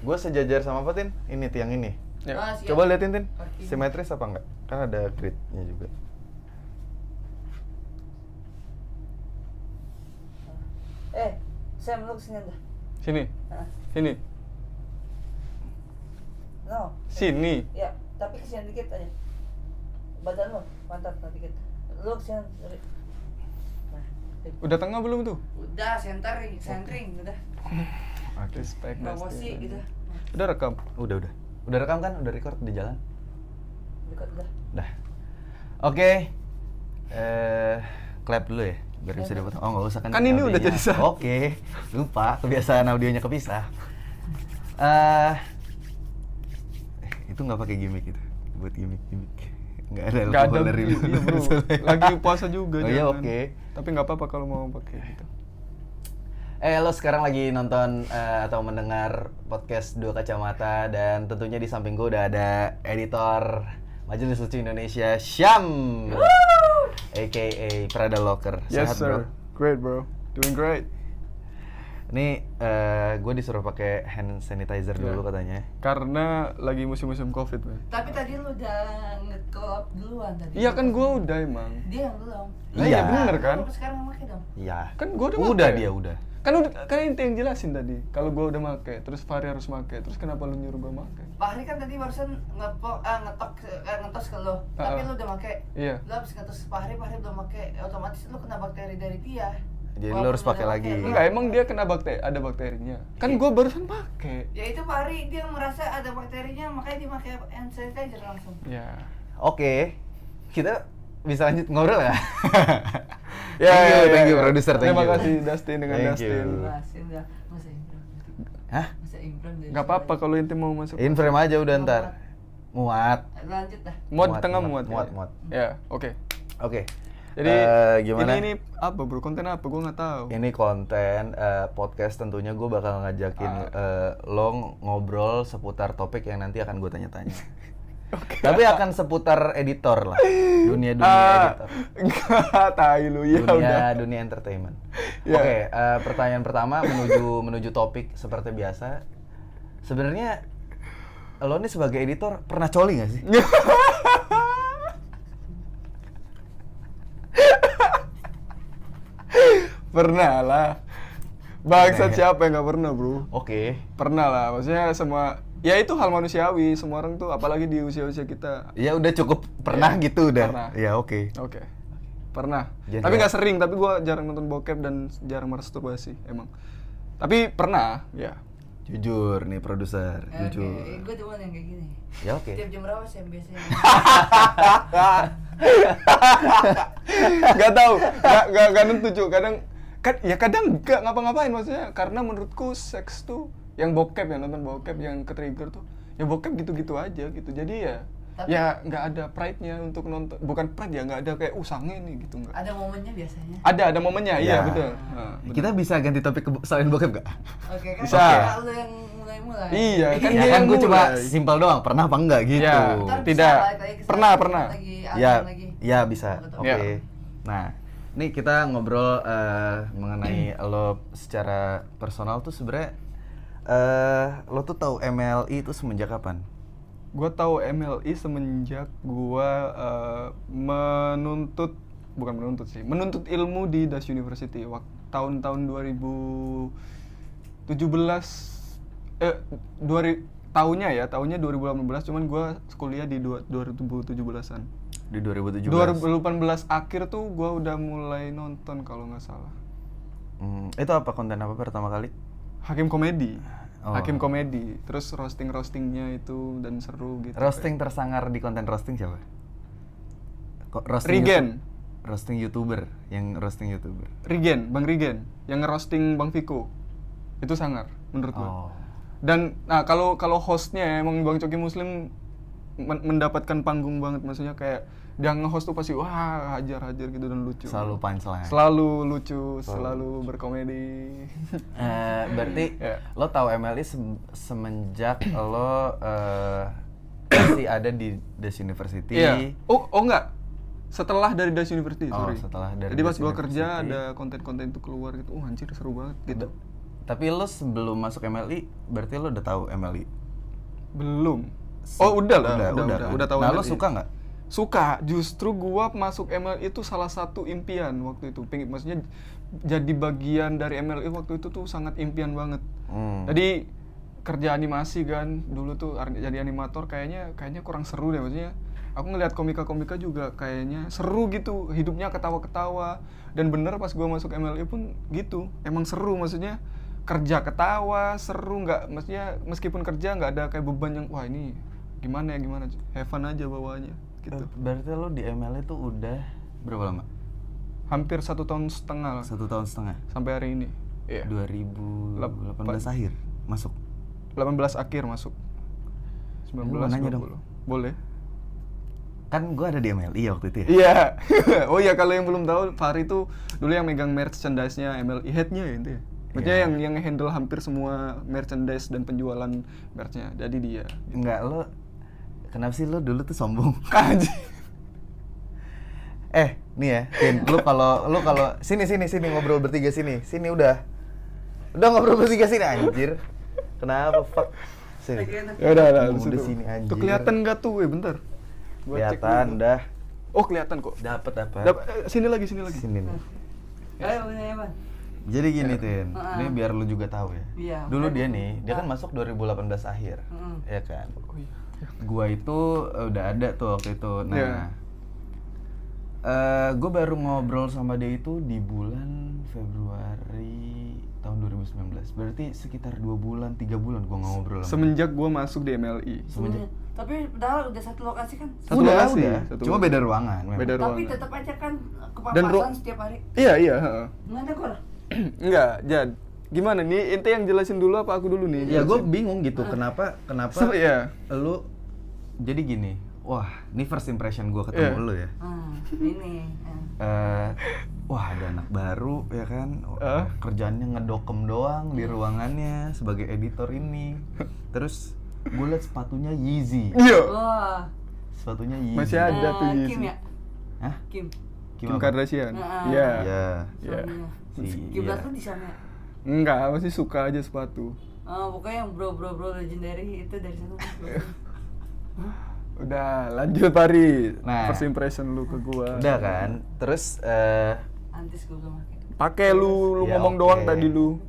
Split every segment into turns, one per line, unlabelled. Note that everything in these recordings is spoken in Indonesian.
Gue sejajar sama apa, Tin? Ini tiang ini.
Ya.
Ah, siap.
Coba liatin, Tin.
Oke.
Simetris apa enggak? Kan ada gridnya juga.
Eh, Sam lu kesini dah.
Sini.
Hah?
Sini.
No.
Sini.
Ya, tapi kesini dikit aja. Badan lu mantap nah, dikit. Lu kesini. Ri. Nah, Ri.
Udah tengah belum tuh?
Udah centering, centering udah.
Oke.
Respect
Promosi gitu.
Udah rekam.
Udah, udah. Udah rekam kan? Udah record di jalan?
dekat dah.
Udah. Oke. Eh, clap dulu ya biar bisa dapat. Oh, nggak usah kan.
Kan ini udah
audionya.
jadi satu.
Oke. Lupa kebiasaan audionya kepisah. Eh itu nggak pakai gimmick itu. Buat gimmick-gimmick. Nggak ada
Gak ada.
alkohol dari
Iya,
dulu.
bro.
Soalnya.
Lagi puasa juga.
Oh, iya,
jangan.
oke.
Tapi nggak apa-apa kalau mau pakai gitu.
Eh, lo sekarang lagi nonton eh, atau mendengar podcast Dua Kacamata dan tentunya di samping gue udah ada editor Majelis Lucu Indonesia, Syam. AKA Prada Locker.
Yes
Sehat, bro?
sir. Great bro. Doing great.
Ini eh gue disuruh pakai hand sanitizer dulu
Iya.
katanya.
Karena lagi musim-musim covid man.
Tapi tadi lu udah nge-collab duluan tadi.
Iya kan gua udah emang.
Dia yang belum.
Lah
Iya.
iya bener kan?
Lu sekarang mau pakai dong.
Iya.
Kan gua udah
udah
pakai.
dia udah.
Kan udah kan inti yang jelasin tadi. Kalau gua udah make, terus Fahri harus make, terus kenapa lu nyuruh gua make?
Fahri kan tadi barusan ngepo, eh, ngetok ke- eh, ngetos ke lo, tapi
Ah, ah.
lu udah pakai.
Iya.
Lu habis ngetos Fahri, Fahri belum pakai, otomatis lu kena bakteri dari dia.
Jadi
Walaupun
lo harus
udah
pakai lagi.
lu-
Enggak, emang dia kena bakteri, ada bakterinya.
Iya.
Kan gua barusan pakai.
Ya itu Fahri dia merasa ada bakterinya, makanya dia pakai hand sanitizer langsung.
Ya.
Oke. Kita bisa lanjut ngobrol ya?
Ya, ya, ya,
thank you,
ya.
produser, thank
Terima
you.
kasih, Dustin, dengan
Thank you.
Dustin.
Masih udah, masa improv.
Hah?
Masa improv dari
Gak apa-apa kalau inti mau masuk.
In frame aja udah ntar. Muat.
Lanjut dah.
Muat di
Muat,
tengah
muat,
muat.
muat,
ya.
muat.
Ya, oke.
Oke.
Jadi
Eh, gimana?
Ini, ini apa bro? Konten apa? Gue nggak tahu.
Ini konten eh, podcast tentunya gue bakal ngajakin
Ah.
eh, lo ngobrol seputar topik yang nanti akan gue tanya-tanya. Tapi akan seputar editor lah, dunia dunia
Ah,
editor,
Enggak, tai lu ya
dunia
udah.
dunia entertainment.
Ya.
Oke, eh, pertanyaan pertama menuju menuju topik seperti biasa. Sebenarnya lo nih sebagai editor pernah coli gak sih?
Iya. Pernah lah.
Pernah
Bangsat
ya?
siapa yang nggak pernah bro?
Oke.
Pernah lah. Maksudnya semua ya itu hal manusiawi. Semua orang tuh apalagi di usia-usia kita.
Ya udah cukup pernah gitu udah.
Iya. pernah.
Ya oke.
Oke. Pernah.
Jadi
tapi
ya-
nggak sering. Tapi gua jarang nonton bokep dan jarang masturbasi emang. Tapi pernah ya.
Jujur nih produser, jujur.
gue cuman yang kayak gini.
Ya oke.
Tiap jam berapa sih yang biasanya?
nggak tahu nggak nggak nggak nentu Cuk. kadang kad- ya kadang nggak ngapa-ngapain maksudnya karena menurutku seks tuh yang bokep yang nonton bokep yang ke trigger tuh ya bokep gitu-gitu aja gitu jadi ya
Tapi-
ya nggak ada pride nya untuk nonton bukan pride ya nggak ada kayak uh sange nih gitu nggak
Ada momennya biasanya.
ada ada momennya iya
Ya.
betul Nah, betul.
Kita bisa ganti topik ke selain bokep gak?
Oke kan?
Bisa.
karena Lu yang mulai-mulai.
iya kan
ya
dia
kan
yang
gue coba
mulai.
simpel doang, pernah apa enggak gitu.
Ya.
Ntar bisa
Tidak.
balik lagi ke sana,
Pernah, pernah. Iya.
Lagi,
Ya,
alasan lagi.
ya bisa.
Betul.
Oke.
Ya.
Nah, ini kita ngobrol eh, mengenai lo secara personal tuh sebenarnya eh lo tuh tahu MLI itu semenjak kapan?
gue tahu MLI semenjak gue menuntut bukan menuntut sih menuntut ilmu di Das University waktu tahun-tahun 2017 eh dua ri- tahunnya ya tahunnya 2018 cuman gue kuliah di dua- 2017an
Di 2017.
2018 akhir tuh gue udah mulai nonton kalau nggak salah
Hmm, itu apa konten apa pertama kali?
Hakim komedi
Oh.
Hakim komedi terus roasting roastingnya itu dan seru gitu
Roasting tersangar di konten roasting siapa? Kok roasting
Regen
YouTube- roasting YouTuber, yang roasting YouTuber.
Rigen, Bang Rigen yang ngerosting Bang Viko. Itu sangar menurut gua.
Oh.
Dan nah kalau kalau hostnya ya, emang Bang Coki Muslim men- mendapatkan panggung banget maksudnya kayak dia nge-host tuh pasti wah hajar-hajar gitu dan lucu.
Selalu punchline.
Selalu lucu, selalu, berkomedi.
Eh, berarti
Ya.
lo tahu MLI sem- semenjak lo eh, masih ada di Des University.
Iya. Oh, oh enggak. Setelah dari Das University,
Oh,
sorry.
setelah dari
Jadi pas
Das
gua kerja
University.
ada konten-konten itu keluar gitu. Oh, anjir seru banget gitu.
Tapi lu sebelum masuk MLI, berarti lu udah tahu MLI?
Belum. Oh udah lah, udah udah udah,
kan?
tahu.
Nah, lu
MLI.
suka nggak?
Suka, justru gua masuk MLI itu salah satu impian waktu itu. Pengin, maksudnya jadi bagian dari MLI waktu itu tuh sangat impian banget.
Hmm.
Jadi kerja animasi kan dulu tuh ar- jadi animator kayaknya kayaknya kurang seru deh maksudnya. Aku ngelihat komika-komika juga kayaknya seru gitu, hidupnya ketawa-ketawa dan bener pas gua masuk MLI pun gitu. Emang seru maksudnya kerja ketawa, seru nggak maksudnya meskipun kerja nggak ada kayak beban yang wah ini gimana ya gimana have fun aja bawaannya gitu.
Berarti lu di MLI tuh udah berapa lama?
Hampir satu tahun setengah lah
Satu tahun setengah.
sampai hari ini. Iya.
2018
Lep-
akhir masuk.
18 akhir masuk.
Lu mau
19
nanya dong?
20. Boleh.
Kan gua ada di MLI ya waktu itu ya.
Iya. oh iya kalau yang belum tahu Fahri itu dulu yang megang merchandise-nya MLI head-nya ya itu ya. Maksudnya
Iya.
yang yang handle hampir semua merchandise dan penjualan merch-nya. Jadi dia.
Enggak lu Kenapa sih lu dulu tuh sombong?
Kaji.
Eh, nih ya, Tin, lu kalau lu kalau sini sini sini ngobrol bertiga sini. Sini udah. Udah ngobrol bertiga sini anjir. Kenapa fuck? Sini.
Ya udah udah
Mau di
situ.
sini, anjir.
Tuh kelihatan enggak tuh? Eh bentar. Gua cek
Kelihatan
dulu.
dah.
Oh kelihatan kok.
Dapat dapat.
Dap- eh, sini lagi sini lagi.
Sini nih.
Kalian punya apa?
Jadi gini Tin, ini biar lu juga tahu ya.
Iya.
Dulu dia nih, dia kan masuk 2018 akhir, ya kan.
Oh iya.
Gua itu eh, udah ada tuh waktu itu. Nah,
Iya.
eh, gua baru ngobrol sama dia itu di bulan Februari tahun 2019. Berarti sekitar dua bulan, tiga bulan gua nggak ngobrol sama.
Semenjak gua masuk di MLI.
Semenjak-
Tapi padahal udah satu lokasi kan.
Satu
udah,
lokasi,
udah.
satu
Cuma
lokasi.
beda ruangan. memang.
Beda
Tapi
ruangan.
tetap aja kan
Iya Dan ru-
kepapasan setiap hari.
Iya iya, heeh.
Gimana kor?
Enggak, Jad. Gimana nih? Ente yang jelasin dulu apa aku dulu nih?
Ya gua bingung gitu, kenapa kenapa
Seru Iya ya.
lu jadi gini. Wah, ini first impression gua ketemu
Iya.
lu ya.
Hmm, ini. eh.
eh wah ada anak baru ya kan
Eh?
kerjaannya ngedokem doang di ruangannya sebagai editor ini terus gue liat sepatunya Yeezy
Iya.
Wah.
sepatunya Yeezy
Masih ada.
eh,
tuh Yeezy.
Kim ya?
Hah?
Kim.
Kim
apa?
Kardashian.
Heeh.
Iya.
ya
Iya.
Suaminya.
si
Kim
iya.
Blatt tuh di sana. ya?
Enggak, masih suka aja sepatu.
Ah, pokoknya yang bro-bro-bro legendary itu dari sana.
Udah, lanjut Pari.
Nah.
First impression lu ke gua.
udah kan terus eh
Antis gue belum pakai.
Pakai lu, lu
Ya,
ngomong
oke.
doang tadi lu.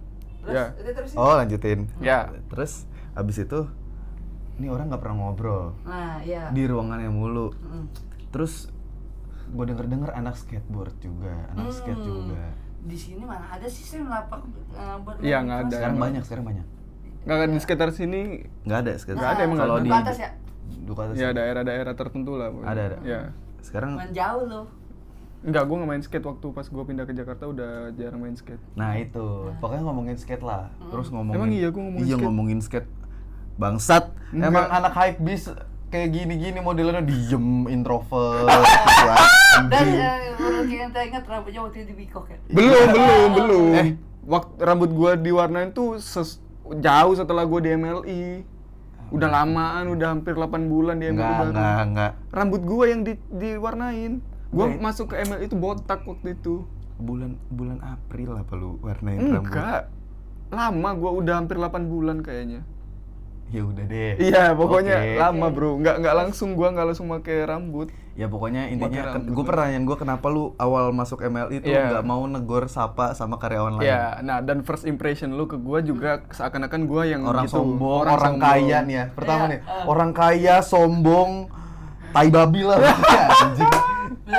Terus,
Ya.
udah terus.
oh lanjutin
Ya.
terus abis itu ini orang nggak pernah ngobrol
Nah, iya.
di ruangannya mulu
Mm.
terus gue denger denger anak skateboard juga anak skate
Hmm.
juga
Di sini mana ada sih saya lapak eh, buat
Iya,
main
nggak
kelas.
ada.
sekarang
emang.
banyak sekarang banyak
Enggak kan di sekitar sini
nggak ada sekarang
Nggak ada, emang
kalau
nggak
di
Duku atas ya?
Duku atas
ya daerah-daerah tertentu lah. pokoknya.
Ada, ada.
Ya.
sekarang
Cuman jauh loh.
Enggak, gua nggak main skate waktu pas gua pindah ke Jakarta udah jarang main skate.
nah itu pokoknya ngomongin skate lah
Hmm.
terus ngomongin
Emang iya, gua ngomongin skate.
ngomongin skate bangsat
Nggak.
emang anak hype bis kayak gini-gini modelnya diem introvert gitu,
Dan
anjing.
eh, kalau kita ingat rambutnya waktu itu di Bikok ya.
Iya.
Belum, belum, belum.
Eh.
Waktu rambut gua diwarnain tuh ses- jauh setelah gua di MLI. Udah lamaan, udah hampir 8 bulan di
Nah.
MLI.
nggak
baru.
nggak nggak
rambut gua yang di, diwarnain gua
Baik.
masuk ke ML itu botak waktu itu
bulan bulan April apa lu warnain rambut
enggak lama gua udah hampir 8 bulan kayaknya
ya udah deh
iya pokoknya
Oke.
lama bro nggak nggak langsung gua nggak langsung pakai rambut
ya pokoknya
Pakai
intinya
rambut
gue pertanyaan gue kenapa lu awal masuk MLI tuh
Iya.
nggak mau negor sapa sama karyawan lain
Iya, nah dan first impression lu ke gua juga seakan-akan gua yang
orang
gitu,
sombong, orang, kaya
sombong.
nih ya. Pertama nih, orang kaya, sombong, tai babi lah. Ya, anjing.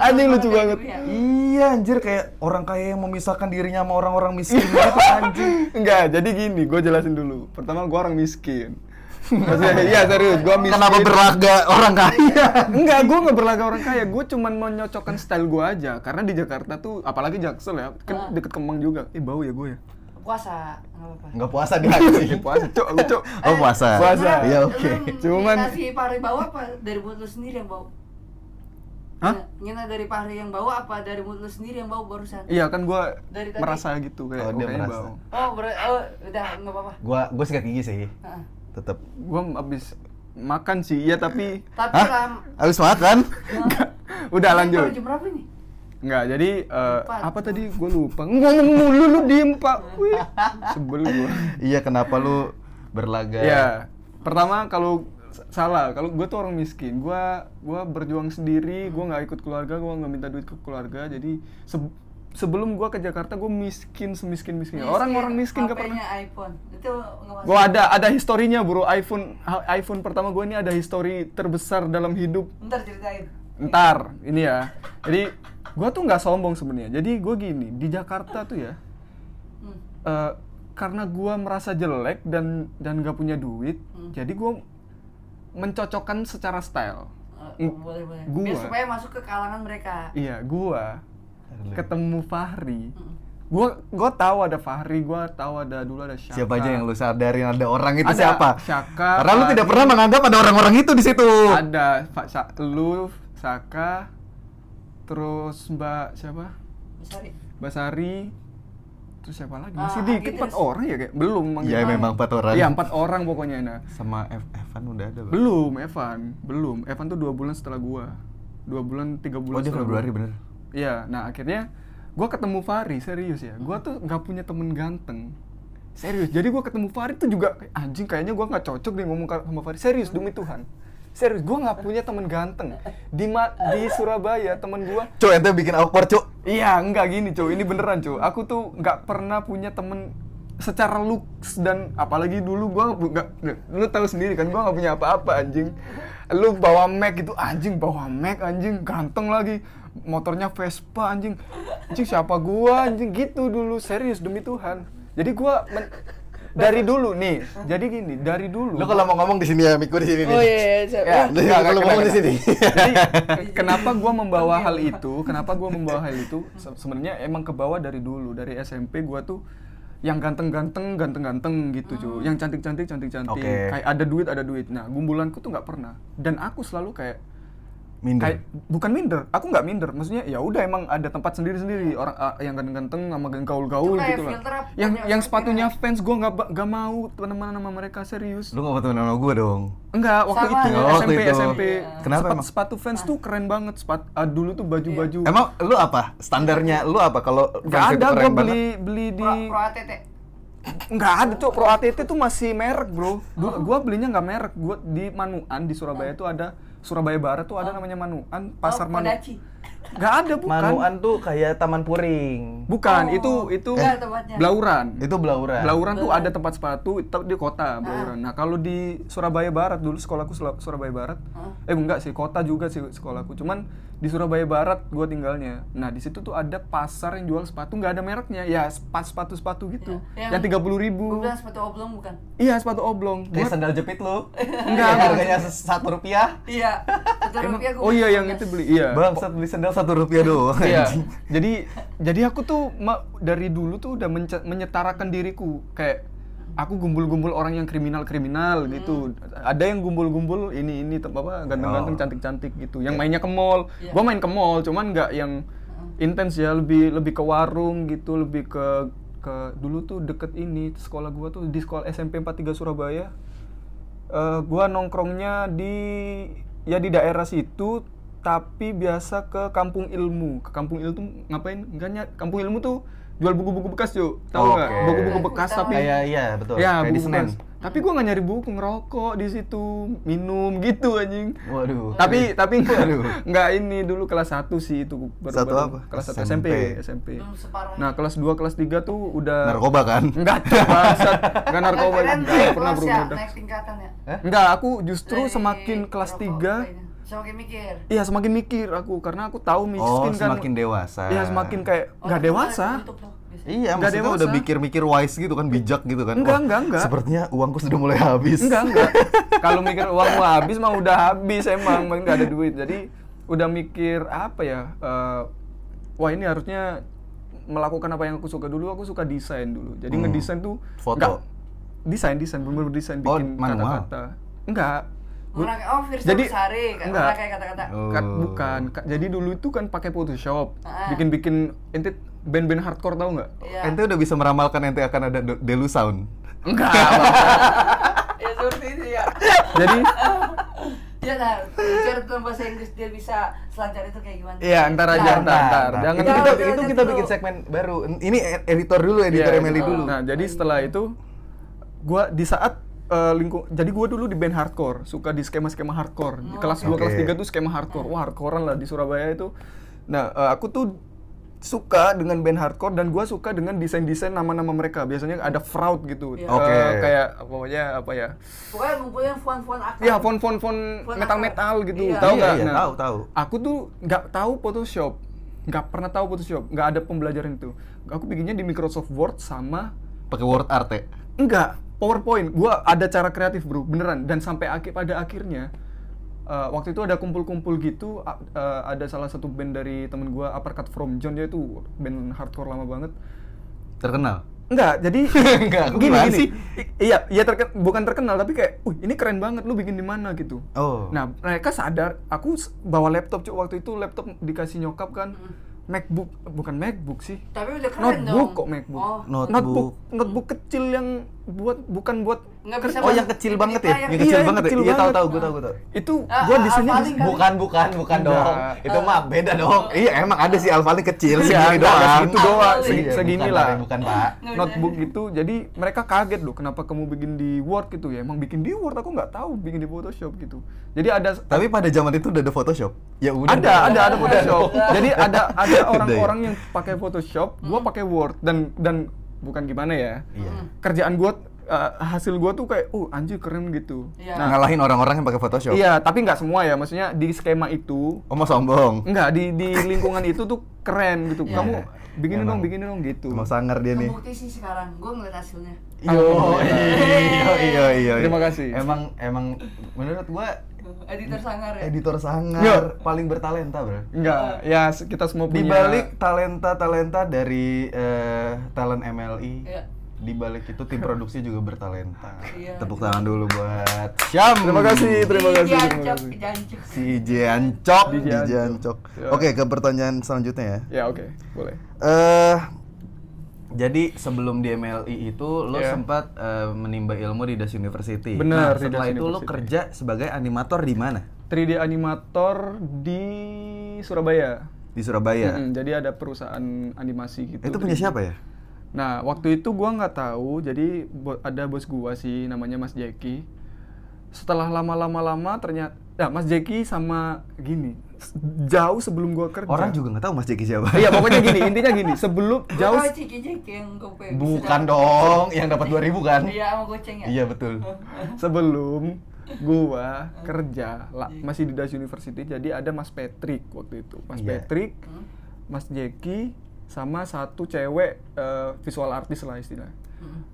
Anjing lucu banget.
iya anjir kayak orang kaya yang memisahkan dirinya sama orang-orang miskin gitu anjing.
Enggak, jadi gini, gua jelasin dulu. Pertama gua orang miskin. Maksudnya, iya serius, gua miskin.
Kenapa berlaga orang kaya?
Enggak, gue nggak berlagak orang kaya. Gue cuman mau nyocokkan style gue aja. Karena di Jakarta tuh, apalagi Jaksel ya,
Ah.
kan deket Kemang juga. Eh bau ya gue ya.
Puasa, nggak apa-apa.
Nggak puasa dia anjing.
Eh, puasa, cok, aku cok.
Oh puasa.
Puasa.
Iya oke.
Cuman
Cuman-
ngasih Fahri bawa apa dari mulut lu sendiri yang bau?
Hah?
Ngina dari Fahri yang bawa apa dari mulut lu sendiri yang bau barusan?
Iya kan gue
Dari tadi.
merasa gitu kayak
Oh,
oh,
dia
kayaknya
merasa.
bau.
Oh, ber- oh udah nggak apa-apa.
Gua gua sikat gigi sih.
Heeh.
Tetep.
Gue abis makan sih, iya tapi
Tapi
Hah?
lah,
Habis makan?
udah
ini baru
lanjut.
Jam berapa nih?
Enggak, jadi eh,
Lupa.
apa tadi gue lupa. Ngomong mulu lu diem, Pak. Wih, sebel gue.
Iya, kenapa lu berlaga?
Ya, pertama kalau s- salah, kalau gue tuh orang miskin, gue gua berjuang sendiri, gue nggak ikut keluarga, gue nggak minta duit ke keluarga, jadi se- sebelum gue ke Jakarta gue miskin semiskin miskin orang-orang miskin gak pernah.
Iya, HP-nya iPhone. Itu nggak masuk.
Gue ada ada historinya bro, iPhone ha- iPhone pertama gue ini ada histori terbesar dalam hidup
Ntar ceritain.
ntar ini ya jadi gue tuh nggak sombong sebenarnya jadi gue gini di Jakarta tuh ya
Hmm.
eh, karena gue merasa jelek dan dan nggak punya duit jadi gue mencocokkan secara style
Eh, boleh boleh.
Biar
gue
supaya masuk ke kalangan mereka.
iya gue
Aduh.
ketemu Fahri
Mm.
gue gue tahu ada Fahri gue tahu ada dulu ada Syaka
Siapa aja yang lu sadarin ada orang itu
Ada
siapa?
Syaka,
Karena lu
Fahri.
tidak pernah menganggap ada orang-orang itu di situ.
ada Pak Sa- lu Saka terus Mbak siapa
Sorry.
Basari terus siapa lagi?
Ah,
Masih dikit
Idris.
empat orang ya kayak belum manggil.
Iya, memang empat orang.
Iya empat orang pokoknya nah.
Sama F- Evan udah ada. Bang.
Belum Evan, belum. Evan tuh dua bulan setelah gua. Dua bulan tiga
Oh,
bulan.
dia
setelah
Februari
gua.
bener.
Iya, nah akhirnya gua ketemu Fahri serius ya.
Hmm.
Gua tuh nggak punya temen ganteng. Serius. Jadi gua ketemu Fahri tuh juga kayak, anjing kayaknya gua nggak cocok deh ngomong ka- sama Fahri. Serius demi Tuhan. Serius, gua nggak punya temen ganteng. Di ma- di Surabaya temen gua
Cuk, ente bikin awkward, cuk.
Iya, enggak gini, cuy. Ini beneran, cuy. Aku tuh nggak pernah punya temen secara looks dan apalagi dulu gua nggak pu- nggak nggak- lu tahu sendiri kan gua nggak punya apa-apa anjing. Lu bawa Mac gitu, anjing bawa Mac anjing ganteng lagi. Motornya Vespa anjing. Anjing siapa gua anjing gitu dulu serius demi Tuhan. Jadi gua men- dari dulu nih. Jadi gini, dari dulu.
Lu kalau mau ngomong di sini ya, Miku di sini nih.
Oh iya, iya, siap.
Ya,
Lu Eh,
enggak,
kalau
enggak,
ngomong di
enggak,
sini.
Jadi kenapa gua membawa hal itu? Kenapa gua membawa hal itu? Se- Sebenarnya emang kebawa dari dulu, dari SMP gua tuh yang ganteng-ganteng, ganteng-ganteng gitu cuy. Yang cantik-cantik, cantik-cantik.
Hmm. Oke.
Kayak ada duit, ada duit. Nah, gumbulanku tuh nggak pernah. Dan aku selalu kayak
Minder.
kayak- bukan minder, aku nggak minder. Maksudnya ya udah emang ada tempat sendiri-sendiri orang ah, yang ganteng-ganteng sama yang gaul-gaul
Itu kayak
gitu
filter
lah.
apa- banyak
Yang
kan? filter
yang sepatunya fans gua nggak ba- nggak mau teman-teman sama mereka serius.
Lu nggak mau temen sama gua dong.
Enggak, waktu
Sama
itu
ya.
Oh, waktu
SMP
itu.
SMP.
Iya. Kenapa
Sepat-
emang? Iya.
sepatu fans tuh keren banget. Sepat, ah, dulu tuh baju-baju.
Emang lu apa? Standarnya lu apa kalau
Enggak
fans itu
ada
keren
gua
banget?
beli beli di
Pro, pro ATT.
enggak ada tuh Pro ATT tuh masih merek,
Oh.
Bro. Dulu gua belinya enggak merek. Gua di Manuan di Surabaya tuh ada Surabaya Barat tuh ada namanya Manuan, pasar Eh,
Oh,
Manuan.
Kodachi.
Enggak ada bukan.
Manuan tuh kayak taman puring.
Bukan,
Oh.
itu itu
Enggak tempatnya.
Blauran.
Itu belauran.
Blauran tuh ada tempat sepatu tapi di kota Blauran.
Ah.
Nah, kalau di Surabaya Barat dulu sekolahku Sula- Surabaya Barat.
Ah.
Eh enggak sih, kota juga sih sekolahku. Cuman di Surabaya Barat gua tinggalnya. Nah, di situ tuh ada pasar yang jual sepatu nggak ada mereknya. Ya, sepa- sepatu-sepatu gitu.
Ya,
Yang
yang-
30 ribu.
Gue bilang sepatu oblong bukan?
Iya, sepatu oblong.
Kayak
Gua-
sandal jepit lu.
Enggak,
Yang
enggak.
harganya satu rupiah.
Iya. Satu
emang-
rupiah gua
oh iya
beli
yang
15.
itu beli. Iya.
Bang, set beli sandal satu rupiah doang.
Iya.
anjing.
jadi jadi aku tuh ma- dari dulu tuh udah mence- menyetarakan diriku kayak aku gumbul-gumbul orang yang kriminal-kriminal
Hmm.
gitu. Ada yang gumbul-gumbul ini ini tem- apa ganteng-ganteng
Oh. Ya.
cantik-cantik gitu. Yang mainnya ke mall. Gua main ke mall cuman nggak yang
Hmm.
intens ya, lebih lebih ke warung gitu, lebih ke ke dulu tuh deket ini sekolah gua tuh di sekolah SMP 43 Surabaya. Eh, gua nongkrongnya di ya di daerah situ tapi biasa ke kampung ilmu ke kampung ilmu tuh ngapain enggaknya kampung ilmu tuh jual buku-buku bekas yuk tahu nggak
Oke.
buku-buku bekas tapi
Iya, iya, betul.
ya
kayak di
buku
Senen.
bekas tapi gua nggak nyari buku ngerokok di situ minum gitu anjing
Waduh.
tapi tapi nggak
Waduh.
nggak ini dulu kelas 1 sih itu baru,
Satu
baru-
apa?
kelas 1 SMP
SMP.
SMP
Belum separuh.
nah kelas 2 kelas 3 tuh udah
narkoba kan?
Enggak, bangsat. Enggak
Kan
narkoba.
Kalian
Enggak
naik
pernah
kelas
bro.
ya,
udah.
naik tingkatan ya.
Enggak, aku justru
Dari
semakin
Eh,
kelas
rokok
3
kayaknya. Semakin mikir.
Iya semakin mikir aku karena aku
Oh,
tahu miskin kan.
semakin dewasa.
Iya semakin kayak
Oh,
nggak
Orang
dewasa.
tua tutup loh, biasanya.
Iya,
Nggak
maksudnya
dewasa.
udah mikir-mikir wise gitu kan, bijak gitu kan.
Enggak,
Wah,
enggak, enggak.
Sepertinya uangku sudah mulai habis.
Enggak enggak. Kalau mikir uang mau habis mah udah habis emang emang nggak ada duit. Jadi udah mikir apa ya? eh, wah ini harusnya melakukan apa yang aku suka dulu. Aku suka desain dulu. Jadi
Hmm.
ngedesain tuh
Foto.
nggak- desain desain bener-bener desain
Oh,
bikin
manual.
kata-kata. Enggak. Gua-
Orang kayak, oh Firsa
Jadi-
Besari, kan
enggak.
orang kayak kata-kata.
Oh.
Kan, bukan. Ka- Jadi dulu itu kan pakai Photoshop.
Ah.
Bikin-bikin ente band-band hardcore tahu nggak?
Iya.
Ente udah bisa meramalkan ente akan ada de- delu sound.
Enggak.
Ya seperti itu ya.
Jadi
dia nah, bicara tentang bahasa Inggris dia bisa selancar itu kayak gimana?
Iya, ntar aja,
Nah,
ntar, ntar. Jangan-
itu
gitu.
kita,
Jangan,
itu
jangan
kita
dulu.
bikin segmen baru. Ini e- editor dulu, editor
Iya,
Emily
itu.
dulu.
Nah, jadi setelah itu gua di saat eh, lingkung jadi gua dulu di band hardcore, suka di skema-skema hardcore. Di kelas 2,
Oke.
kelas 3 tuh skema hardcore. Wah, hardcorean lah di Surabaya itu. Nah, eh, aku tuh suka dengan band hardcore dan gua suka dengan desain-desain nama-nama mereka. Biasanya ada fraud gitu.
Iya.
Eh,
Oke.
kayak pokoknya apa ya?
Pokoknya ngumpulin font-font akar.
Ya, font-font
Font
metal-metal gitu.
Iya.
Tahu
Iya,
nggak?
iya,
Nah,
tahu, tahu.
Aku tuh nggak tahu Photoshop, nggak pernah tahu Photoshop, nggak ada pembelajaran itu. Aku bikinnya di Microsoft Word sama
Pakai word art ya?
Enggak, PowerPoint. Gua ada cara kreatif, Bro. Beneran. Dan sampai akhir pada akhirnya eh, waktu itu ada kumpul-kumpul gitu, a- eh, ada salah satu band dari temen gua Uppercut from John, dia itu band hardcore lama banget.
Terkenal.
Enggak, jadi
Enggak, aku
gini,
gimana
gini.
sih?
I- Iya, iya terken- bukan terkenal tapi kayak, "Uh, ini keren banget lu bikin di mana?" gitu.
Oh.
Nah, mereka sadar aku s- bawa laptop, Cuk. Waktu itu laptop dikasih nyokap kan. MacBook bukan MacBook sih
Tapi udah keren
notebook
dong.
kok MacBook.
Oh.
Notebook.
notebook notebook kecil yang buat bukan buat
Nggak bisa
oh, yang
masuk
kecil
di
banget ya?
layar.
Yang kecil
Iya,
banget ya?
kecil
Iya, tahu,
banget.
tahu, gue tahu, gue tahu.
itu
Ah,
gua
ah,
desainnya
paling
bisa-
kan-
Bukan, bukan, bukan
Enggak.
dong. Itu mah beda dong. Iya, emang ada sih alfalnya kecil
Iya,
segini
enggak,
doang.
segitu doang,
Iya,
segi-
bukan,
segini
Pak,
lah.
Bukan, Pak.
Nggak bisa.
notebook gitu jadi mereka kaget loh kenapa kamu bikin di Word gitu ya emang bikin di Word aku nggak tahu bikin di Photoshop gitu jadi ada
Tapi pada zaman itu udah ada Photoshop. Ya udah.
ada ada ada Photoshop jadi ada ada
Udah ya.
orang-orang yang pakai Photoshop gua pakai Word dan dan bukan gimana ya
Iya.
kerjaan gua eh, hasil gua tuh kayak uh anjir keren gitu
Iya.
nah
Ngalahin orang-orang yang pakai Photoshop.
iya tapi nggak semua ya maksudnya di skema itu
Oh, mau sombong.
Enggak, di di lingkungan itu tuh keren gitu.
Iya.
Kamu bikinin dong,
Emang.
bikinin dong gitu.
Mau sangar dia nih. Iya,
Kebukti sih sekarang, gue ngeliat hasilnya.
Yo, iyo, iyo, iyo.
Terima kasih.
iya, Emang, emang menurut gua
Editor sangar ya.
editor sangar
Yo.
paling bertalenta, bro.
Enggak, ya se- kita semua
Di
punya
balik talenta-talenta dari eh, talent MLI,
Iya.
di balik itu tim produksi juga bertalenta.
Iya.
Tepuk tangan dulu buat Syam.
Terima kasih, terima kasih,
Ih,
terima
Jancok,
kasih.
jancok.
Si DJ Ancok,
DJ
DJ
Ancok.
Ancok.
Yo.
Oke, ke pertanyaan selanjutnya ya.
Ya, oke, boleh.
Eh jadi sebelum di MLI itu lo
Iya.
sempat eh, menimba ilmu di Das University. Nah,
Benar, di
setelah
Das
itu lo
University.
kerja sebagai animator di mana?
3D animator di Surabaya.
Di Surabaya.
Mm-mm, jadi ada perusahaan animasi gitu.
Iya. Itu punya siapa ya?
Nah, waktu itu gua nggak tahu, jadi bo- ada bos gua sih namanya Mas Jeki. Setelah lama-lama lama ternyata nah, Mas Jeki sama gini, s- jauh sebelum gua kerja.
Orang juga nggak tahu Mas Jeki siapa.
Iya, pokoknya gini, intinya gini, sebelum
Gua
jauh
tahu Ciki Ciki yang gue
Bukan dong, yang dapat 2000 kan?
Iya, sama goceng ya.
Iya, betul.
sebelum gua kerja la- masih di Das University jadi ada Mas Patrick waktu itu Mas
Iya.
Patrick Mas Jeki sama satu cewek eh, visual artist lah istilah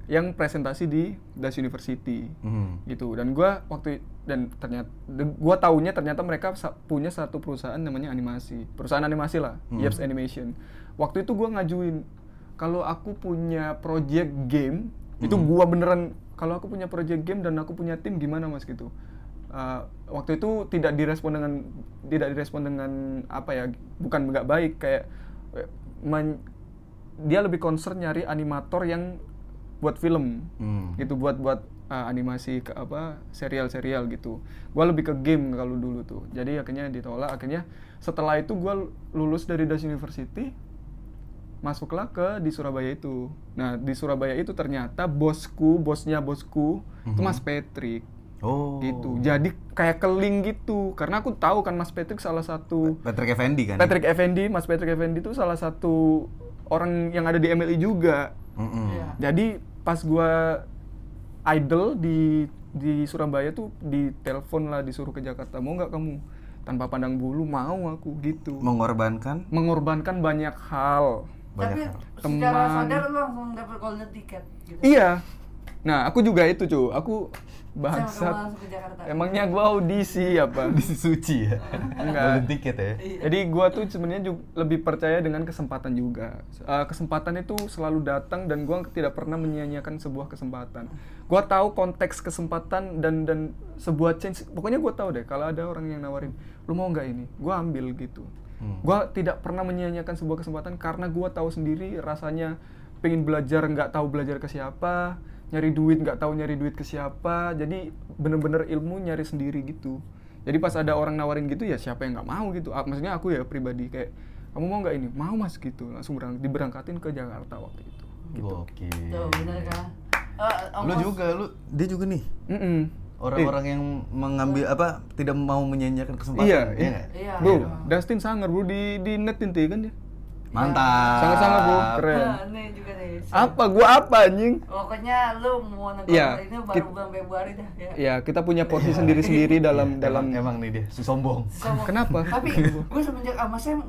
yang presentasi di Das University
Hmm.
gitu dan gua waktu i- dan ternyata de- gua taunya ternyata mereka sa- punya satu perusahaan namanya animasi perusahaan animasi lah Yeps Animation waktu itu gua ngajuin kalau aku punya project game itu gua beneran kalau aku punya project game dan aku punya tim gimana mas gitu Eh, waktu itu tidak direspon dengan tidak direspon dengan apa ya bukan nggak baik kayak eh, men- dia lebih concern nyari animator yang buat film
Hmm.
gitu buat buat uh, animasi ke apa serial-serial gitu. Gua lebih ke game kalau dulu tuh. Jadi akhirnya ditolak. Akhirnya setelah itu gua lulus dari Das University masuklah ke di Surabaya itu. Nah, di Surabaya itu ternyata bosku, bosnya bosku itu Mas Patrick
Oh.
gitu. Jadi kayak keling gitu karena aku tahu kan Mas Patrick salah satu
Patrick Effendi kan?
Patrick Effendi, Mas Patrick Effendi itu salah satu orang yang ada di MLI juga.
Mm-mm.
Iya.
Jadi pas gua idol di di Surabaya tuh ditelepon lah disuruh ke Jakarta mau nggak kamu tanpa pandang bulu mau aku gitu
Mengorbankan
mengorbankan banyak hal
banyak
Tapi
hal.
secara
Teman.
sadar lu langsung dapet golden ticket gitu.
iya nah aku juga itu cu aku
Sama kamu
bangsat
langsung ke Jakarta.
emangnya gua audisi apa
Di suci ya.
Enggak.
Golden ticket ya.
Jadi gua tuh sebenarnya ju- lebih percaya dengan kesempatan juga. Eh, kesempatan itu selalu datang dan gua tidak pernah menyia-nyiakan sebuah kesempatan. Gua tahu konteks kesempatan dan dan sebuah change. Pokoknya gua tahu deh kalau ada orang yang nawarin, "Lu mau nggak ini?" Gua ambil gitu. Gua tidak pernah menyia-nyiakan sebuah kesempatan karena gua tahu sendiri rasanya pengen belajar nggak tahu belajar ke siapa, nyari duit nggak tahu nyari duit ke siapa. Jadi bener-bener ilmu nyari sendiri gitu. jadi pas ada orang nawarin gitu ya siapa yang nggak mau gitu Ah, maksudnya aku ya pribadi kayak kamu mau nggak ini mau mas gitu langsung berang- diberangkatin ke Jakarta waktu itu gitu
Gokil.
Tuh, bener kan? Eh,
Lu
ongkos.
juga, lu dia juga nih.
Mm-mm.
Orang-orang yang mengambil apa tidak mau menyanyiakan kesempatan.
Iya,
iya
iya.
nggak?
Iya.
bro Dustin sangar bro di di net inti kan dia
Mantap.
sangat-sangat bro keren
Nah, ini juga nih.
apa gua apa anjing
Pokoknya lu mau negara
Iya,
ini baru
kit-
bulan Februari dah ya.
ya kita punya porsi sendiri-sendiri
Iya, Emang-
dalam dalam
emang nih dia si sombong.
Sama-
Kenapa?
Tapi gue semenjak sama Sam,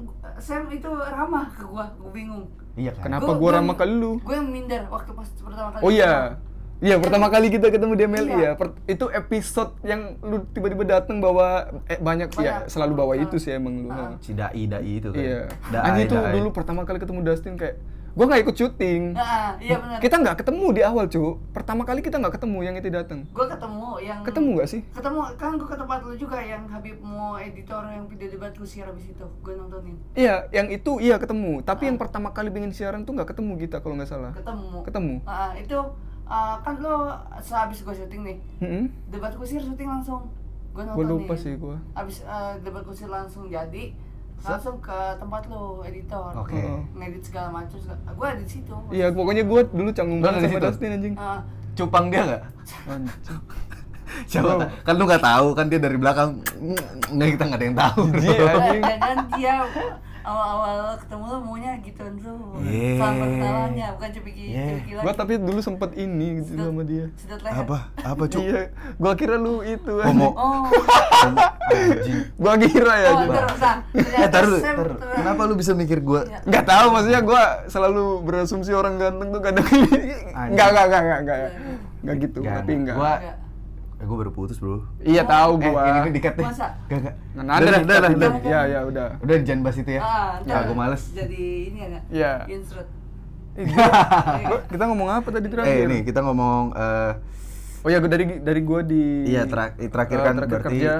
Sam itu ramah ke gue, gue bingung.
Iya kan.
Kenapa gua ramah ke lu?
Gue yang minder waktu pas pertama kali.
Oh iya. Iya, pertama kali kita ketemu di MLI
Iya.
ya. Per- itu episode yang lu tiba-tiba datang bawa eh, banyak, ya,
Banyak.
selalu bawa
Ah.
itu sih emang lu.
Ah.
Si dai dai itu kan.
Iya.
Dai,
Anjing tuh
dai.
dulu pertama kali ketemu Dustin kayak gua nggak ikut syuting.
Nah, iya benar.
Kita nggak ketemu di awal, Cuk. Pertama kali kita nggak ketemu yang itu datang.
Gue ketemu yang
Ketemu nggak sih?
ketemu kan gue ke tempat lu juga yang Habib mau editor yang video debat lu siar abis itu gue nontonin
Iya, yang itu iya ketemu. Tapi yang pertama kali bikin siaran tuh nggak ketemu kita kalau nggak salah.
Ah. ketemu
Ketemu.
Ah, itu ah, kan lo sehabis gue syuting nih
Heeh.
debat kusir syuting langsung
Gua
gue nontonin
lupa sih gua.
abis eh, debat kusir langsung jadi
Set.
langsung ke tempat lo editor
Oke.
Oh.
ngedit segala macam gue edit situ
Iya, pokoknya gua dulu canggung
Lu ada
banget
di
sama
situ?
Dustin anjing.
Ah,
Cupang dia nggak?
Anjing.
Siapa? ta- Kan lu nggak tahu kan dia dari belakang. Nggak kita nggak ada yang tahu. bro.
Iya, anjing.
dan dan dia awal-awal ketemu lo maunya gitu, gituan tuh
Yeay.
salam perkenalannya ya, bukan cebiki
Yeay.
cebiki lagi
Iya. Gua tapi dulu sempet ini gitu sama dia.
sedot leher
Apa? Apa cuk?
Iya, gua kira lu itu.
Homo.
oh
Homo. Anjing.
Gua kira ya.
Oh,
gitu.
ntar, San.
Eh,
Ternyata
taruh, dulu,
Sam
taruh.
tuh-
Kenapa lu bisa mikir gua?
Iya.
Nggak tahu maksudnya gua selalu berasumsi orang ganteng tuh kadang Enggak, enggak, enggak, enggak,
Iya.
enggak. Enggak gitu,
Nggak,
tapi
nggak.
enggak.
Gua,
Nggak.
eh, gua baru putus, Bro.
Iya tahu
Eh,
gua.
ini, ini dikat deh.
Masa?
Nggak, nggak.
Nah, ada
udah, udah, udah, udah.
Ya, ya, udah.
Udah jangan bahas itu ya.
Ah,
Nggak,
ntar
gua males.
Jadi ini ada.
Ya.
Iya.
Insert.
Eh, gua- gua- kita ngomong apa tadi
Eh,
terakhir?
ini kita ngomong eh,
Oh ya, gua- dari dari gua di
Iya, terak- terakhir
eh,
kan berarti-
kerja.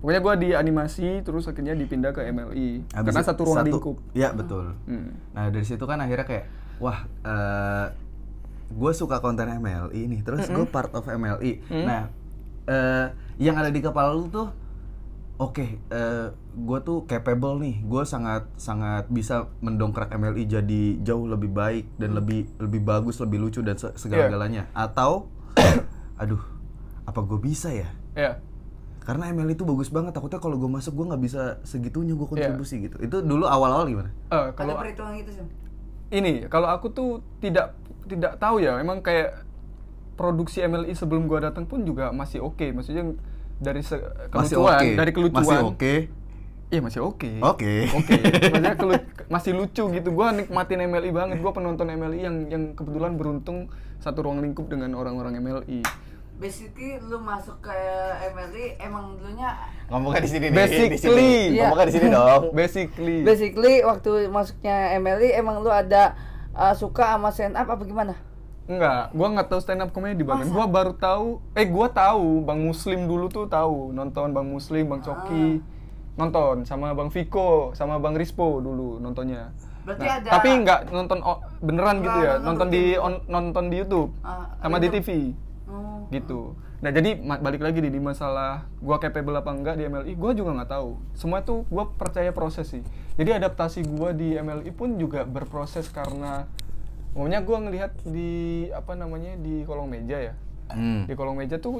Pokoknya gua di animasi terus akhirnya dipindah ke MLI.
habis
Karena
itu-
satu ruang lingkup.
Iya, betul.
Hmm.
Nah dari situ kan akhirnya kayak wah gue suka konten MLI nih, terus gue part of MLI.
Mm.
Nah eh, yang ada di kepala lu tuh oke gue tuh capable nih, gue sangat sangat bisa mendongkrak MLI jadi jauh lebih baik dan lebih lebih bagus, lebih lucu dan se-
Iya.
segala-galanya. Atau aduh apa gue bisa ya?
Ya.
Karena MLI itu bagus banget, takutnya kalau gue masuk gue nggak bisa segitunya gue
Iya.
kontribusi gitu. Itu dulu awal-awal gimana?
Eh,
Ada
kalau
perhitungan gitu, Sam.
ini kalau aku tuh tidak tidak tahu ya emang kayak produksi MLI sebelum gua datang pun juga masih oke maksudnya dari se-
Masih
kelucuan
oke.
dari kelucuan
Masih oke.
iya masih oke
Oke.
oke maksudnya kelu- masih lucu gitu gua nikmatin MLI banget gua penonton MLI yang yang kebetulan beruntung satu ruang lingkup dengan orang-orang MLI
Basically lu masuk ke MLI emang dulunya
Ngomongnya di sini nih.
Basically.
di sini.
Iya.
Ngomongnya di sini dong.
basically
basically waktu masuknya MLI emang lu ada uh, suka sama stand up apa gimana?
Enggak, gua nggak tahu stand up comedy banget. Gua baru tahu, eh gua tahu Bang Muslim dulu tuh tahu, nonton Bang Muslim, Bang Coki.
Ah.
Nonton sama Bang Viko, sama Bang Rispo dulu nontonnya.
Berarti ada-
Nah, Tapi nggak nonton o- beneran gitu ya,
Nggak nonton
nonton di on- nonton di YouTube
Ah,
sama di
YouTube.
TV
Oh.
gitu. Nah, jadi ma- balik lagi nih di masalah gua capable apa enggak di MLI, gua juga nggak tahu. Semua itu gua percaya proses sih. Jadi adaptasi gua di MLI pun juga berproses karena umumnya gua ngelihat di apa namanya di kolong meja ya.
Hmm.
Di kolong meja tuh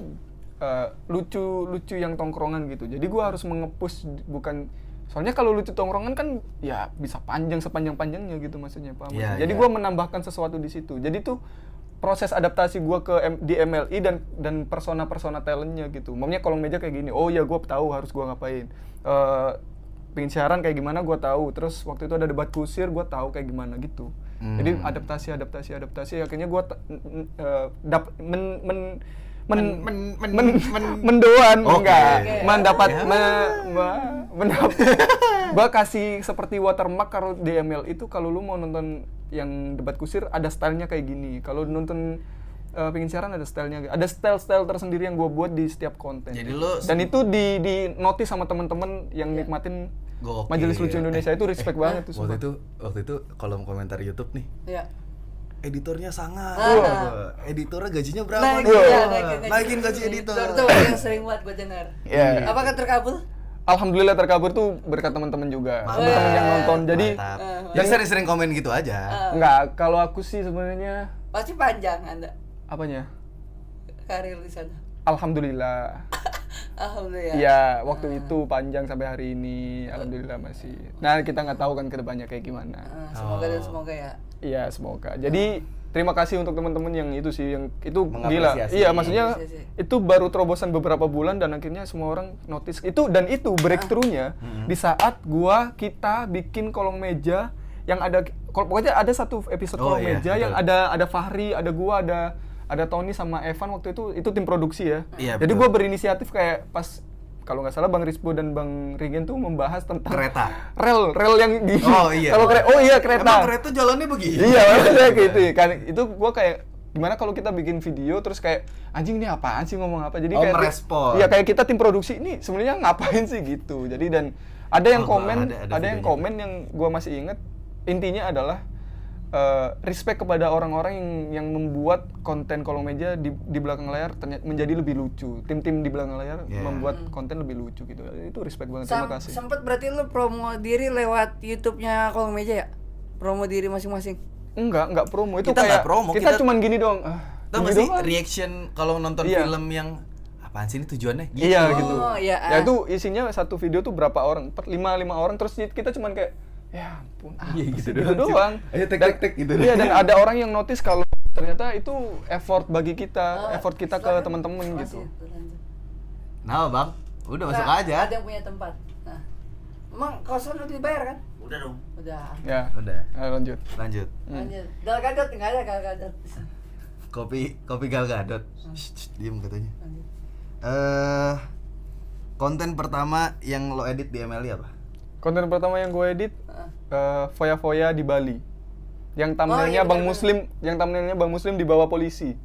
eh, lucu-lucu yang tongkrongan gitu. Jadi gua harus mengepus bukan soalnya kalau lucu tongkrongan kan ya bisa panjang sepanjang-panjangnya gitu maksudnya, Pak.
Iya,
Jadi
iya.
gua menambahkan sesuatu di situ. Jadi tuh proses adaptasi gua ke M- di MLI dan dan persona-persona talentnya gitu. Maksudnya kolong meja kayak gini. Oh ya gua tahu harus gua ngapain. Eh pengen siaran kayak gimana gua tahu. Terus waktu itu ada debat kusir gua tahu kayak gimana gitu. Jadi adaptasi adaptasi adaptasi Ya, akhirnya gua ta- n- n- eh, dap- men- men- men- men- mendoan
Oke.
enggak
Oke.
mendapat me- me- mendap- gua kasih seperti watermark kalau DML itu kalau lu mau nonton yang debat kusir ada stylenya kayak gini kalau nonton eh, pingin siaran ada stylenya ada style style tersendiri yang gua buat di setiap konten
Jadi lu-
dan itu di di notice sama temen-temen yang nikmatin
Gokil. eh,
majelis lucu Indonesia itu respect banget tuh
Waktu
sumpah.
itu waktu itu kolom komentar YouTube nih.
Iya.
editornya sangat
Ah.
editornya gajinya berapa nih?
iya,
Naikin, ya, naikin, naikin.
naikin gaji editor
Itu yang sering buat gue dengar.
Iya.
Apakah terkabul?
Alhamdulillah terkabur tuh berkat teman-teman juga.
Mantap.
Teman-teman yang nonton. Jadi
Mantap. jadi sering-sering komen gitu aja
nggak kalau aku sih sebenarnya
Pasti panjang Anda
apanya?
karir di sana.
Ya.
Alhamdulillah.
Alhamdulillah.
Iya, waktu
Hmm.
itu panjang sampai hari ini. Alhamdulillah masih. Nah, kita nggak tahu kan kedepannya kayak gimana.
Eh, semoga dan semoga ya.
Iya, semoga. Jadi terima kasih untuk teman-teman yang itu sih yang itu gila.
Mengapresiasi.
Iya, maksudnya
Mengapresiasi.
itu baru terobosan beberapa bulan dan akhirnya semua orang notice itu dan itu
Ah.
breakthrough-nya
Mm-hmm.
di saat gua kita bikin kolong meja yang ada kol- pokoknya ada satu episode
Oh,
kolong
iya,
meja yang
betul.
ada ada Fahri, ada gua, ada ada Tony sama Evan waktu itu itu tim produksi ya.
Iya,
Jadi
betul.
gua berinisiatif kayak pas kalau nggak salah Bang Rispo dan Bang Rigen tuh membahas tentang
Kereta.
rel rel yang di
Oh, iya.
kalau kere- oh iya kereta
emang kereta jalannya begini
iya maksudnya gitu kan itu gua kayak gimana kalau kita bikin video terus kayak anjing ini apaan sih ngomong apa jadi
Oh,
kayak
merespon.
iya kayak kita tim produksi ini sebenarnya ngapain sih gitu jadi dan ada yang
Oh,
komen
ada-
ada,
ada videonya.
yang komen yang gua masih inget intinya adalah eh, respect kepada orang-orang yang yang membuat konten kolom meja di, di belakang layar ternyata menjadi lebih lucu tim-tim di belakang layar
Yeah.
membuat konten lebih lucu gitu itu respect banget
Hmm. Sam-
terima kasih
Sempet berarti lu promo diri lewat YouTube-nya kolong meja ya? Promo diri masing-masing.
enggak enggak promo itu
Kita nggak
kayak
promo,
kita,
kita-
cuman gini dong ah,
tau
gini
gak sih
doang.
reaction kalau nonton
Iya.
film yang apaan sih ini tujuannya gitu.
Iya
Oh,
gitu.
iya,
Ya
ah.
itu isinya satu video tuh berapa orang? Per lima lima orang terus kita cuman kayak ya ampun ah,
Iya,
gitu,
gitu
gitu
doang,
doang.
cuy. Ayo, tek,
Dan-
tek, tek, gitu
Iya
doang.
dan ada orang yang notice kalau ternyata itu effort bagi kita, Eh, effort kita ke
Silakan.
teman-teman
Oh, kan Masih,
gitu.
lanjut.
nah bang udah masuk
Nah,
aja
Ada yang punya tempat. Nah. Emang kosan udah dibayar kan?
udah dong
Udah.
Ya.
udah
Ayo, lanjut.
lanjut
Hmm.
Lanjut. Gal gadot enggak ada gal gadot.
kopi kopi gal gadot
Hmm.
Shh, shh, diem katanya
Lanjut.
eh konten pertama yang lo edit di MLI apa
Konten pertama yang gue edit eh, foya-foya di Bali. Yang thumbnailnya Bang
benar-benar.
Muslim, yang thumbnailnya Bang Muslim di bawah polisi.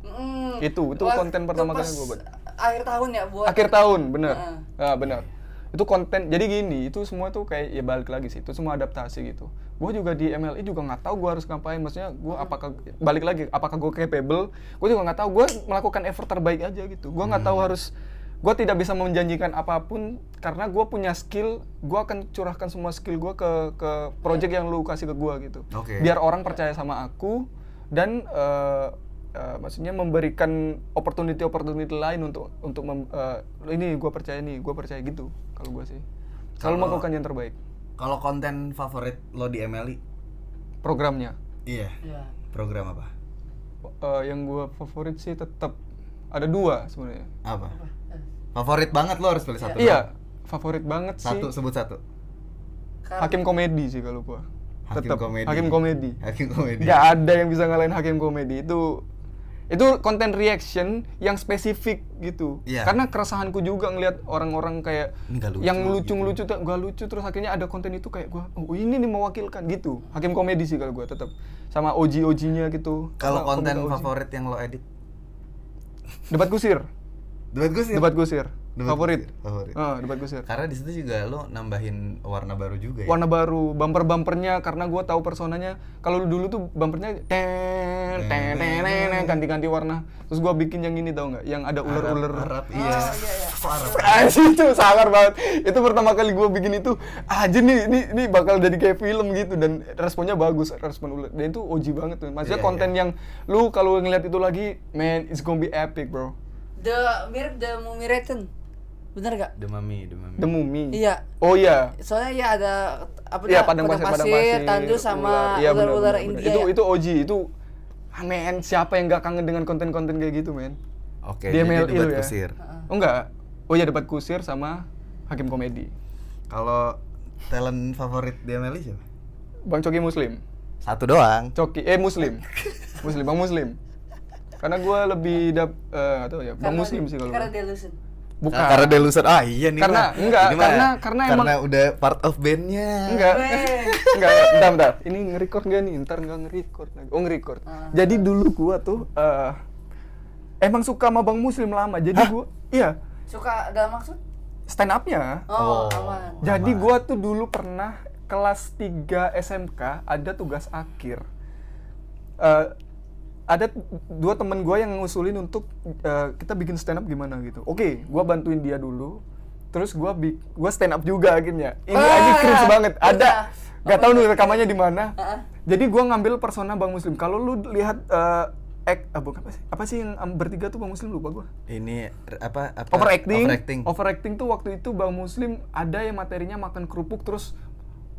Mm,
Itu- itu
waktu
konten pertama kali
pas
gua buat.
Akhir tahun ya buat.
akhir tahun bener
Heeh.
Ah, bener itu konten jadi gini itu semua tuh kayak ya balik lagi sih itu semua adaptasi gitu gue juga di MLI juga nggak tahu gue harus ngapain maksudnya gue
Hmm.
apakah balik lagi apakah gue capable gue juga nggak tahu gue melakukan effort terbaik aja gitu gue nggak tahu harus gue tidak bisa menjanjikan apapun karena gue punya skill gue akan curahkan semua skill gue ke ke project
Iya.
yang lu kasih ke gue gitu
Oke.
biar orang percaya sama aku dan eh, eh, maksudnya memberikan opportunity opportunity lain untuk untuk mem- eh, ini gue percaya nih gue percaya gitu kalau gue sih selalu
Kalau-
melakukan yang terbaik
kalau konten favorit lo di MLI
programnya
iya
Iya.
program apa
Eh, yang gue favorit sih tetap ada dua sebenarnya
apa favorit banget lo harus pilih satu
iya favorit banget
dong. satu
sih
sebut satu
hakim komedi sih kalau gue
Hakim
tetap
komedi.
hakim komedi
hakim komedi
nggak ada yang bisa ngalahin hakim komedi itu itu konten reaction yang spesifik gitu
Iya.
karena keresahanku juga ngelihat orang-orang kayak
Ini nggak lucu, gitu.
yang lucu-lucu tuh nggak lucu terus akhirnya ada konten itu kayak gua oh ini nih mewakilkan gitu hakim komedi sih kalau gua tetap sama oji ojinya gitu
kalau
Sama
konten
komika OG.
favorit yang lo edit
debat gusir
debat gue sih
debat gusir
Debat
favorit
gusir, favorit.
Eh, debat gusir
karena di situ juga lo nambahin warna baru juga ya
warna baru bumper bumpernya karena gua tahu personanya kalau dulu tuh bumpernya ten ten ten ganti ganti warna terus gua bikin yang ini tau nggak yang ada ular
Arab,
ular
Arab iya Kok Arab
Anjir itu sangar banget. Itu pertama kali gue bikin itu, "Ah, anjir nih ini ini bakal jadi kayak film gitu dan responnya bagus, respon ulet. Dan itu OG banget tuh. Maksudnya
Iya,
konten yang lu kalau ngeliat itu lagi, man it's gonna be epic, bro.
The mirip The Mummy Return. Bener gak?
demami demami
The Mummy.
Iya.
Oh iya.
Soalnya ya ada apa
Iya,
dah,
padang pasir, padang pasir,
tandus sama
ular. Iya, benar, benar,
ular-ular
benar.
India.
Itu
ya?
itu OG, itu ah, men siapa yang gak kangen dengan konten-konten kayak gitu, men?
oke
Di
jadi
MLI
debat
lu ya?
kusir
Oh enggak. Oh iya debat kusir sama hakim komedi.
kalau talent favorit di MLI siapa
Bang Coki Muslim.
satu doang
Coki, eh Muslim, Muslim, bang Muslim. Karena gue lebih dap, eh nggak tahu ya, bang
Karena-
Muslim sih kalau
Karena
gua.
delusion.
Bukan.
Karena dia loser. Ah iya nih.
Karena-
Bang.
enggak,
Ini mah
karena- karena emang-
udah part of bandnya.
Enggak,
Weh.
enggak, enggak. bentar, bentar. Ini nge-record nggak nih? Ntar nggak nge-record lagi. Oh nge-record.
Ah.
Jadi dulu gua tuh eh, emang suka sama bang Muslim lama. Jadi gua, iya
Suka dalam maksud?
stand upnya.
Oh, aman.
Jadi gua tuh dulu pernah kelas 3 SMK ada tugas akhir. eh, ada t- dua temen gue yang ngusulin untuk eh, kita bikin stand up gimana gitu. Oke, gua bantuin dia dulu. Terus gua bi- gua stand up juga akhirnya. Ini
Wah, Iya.
aja cringe banget. Ada
bisa.
nggak tahu nih rekamannya di mana.
Ah.
Jadi gua ngambil persona Bang Muslim. Kalau lu lihat eh ek- ah, bukan apa sih? Apa sih yang em, bertiga tuh Bang Muslim lupa gua.
Ini r- apa, apa
Overacting.
overacting.
Overacting tuh waktu itu Bang Muslim ada yang materinya makan kerupuk terus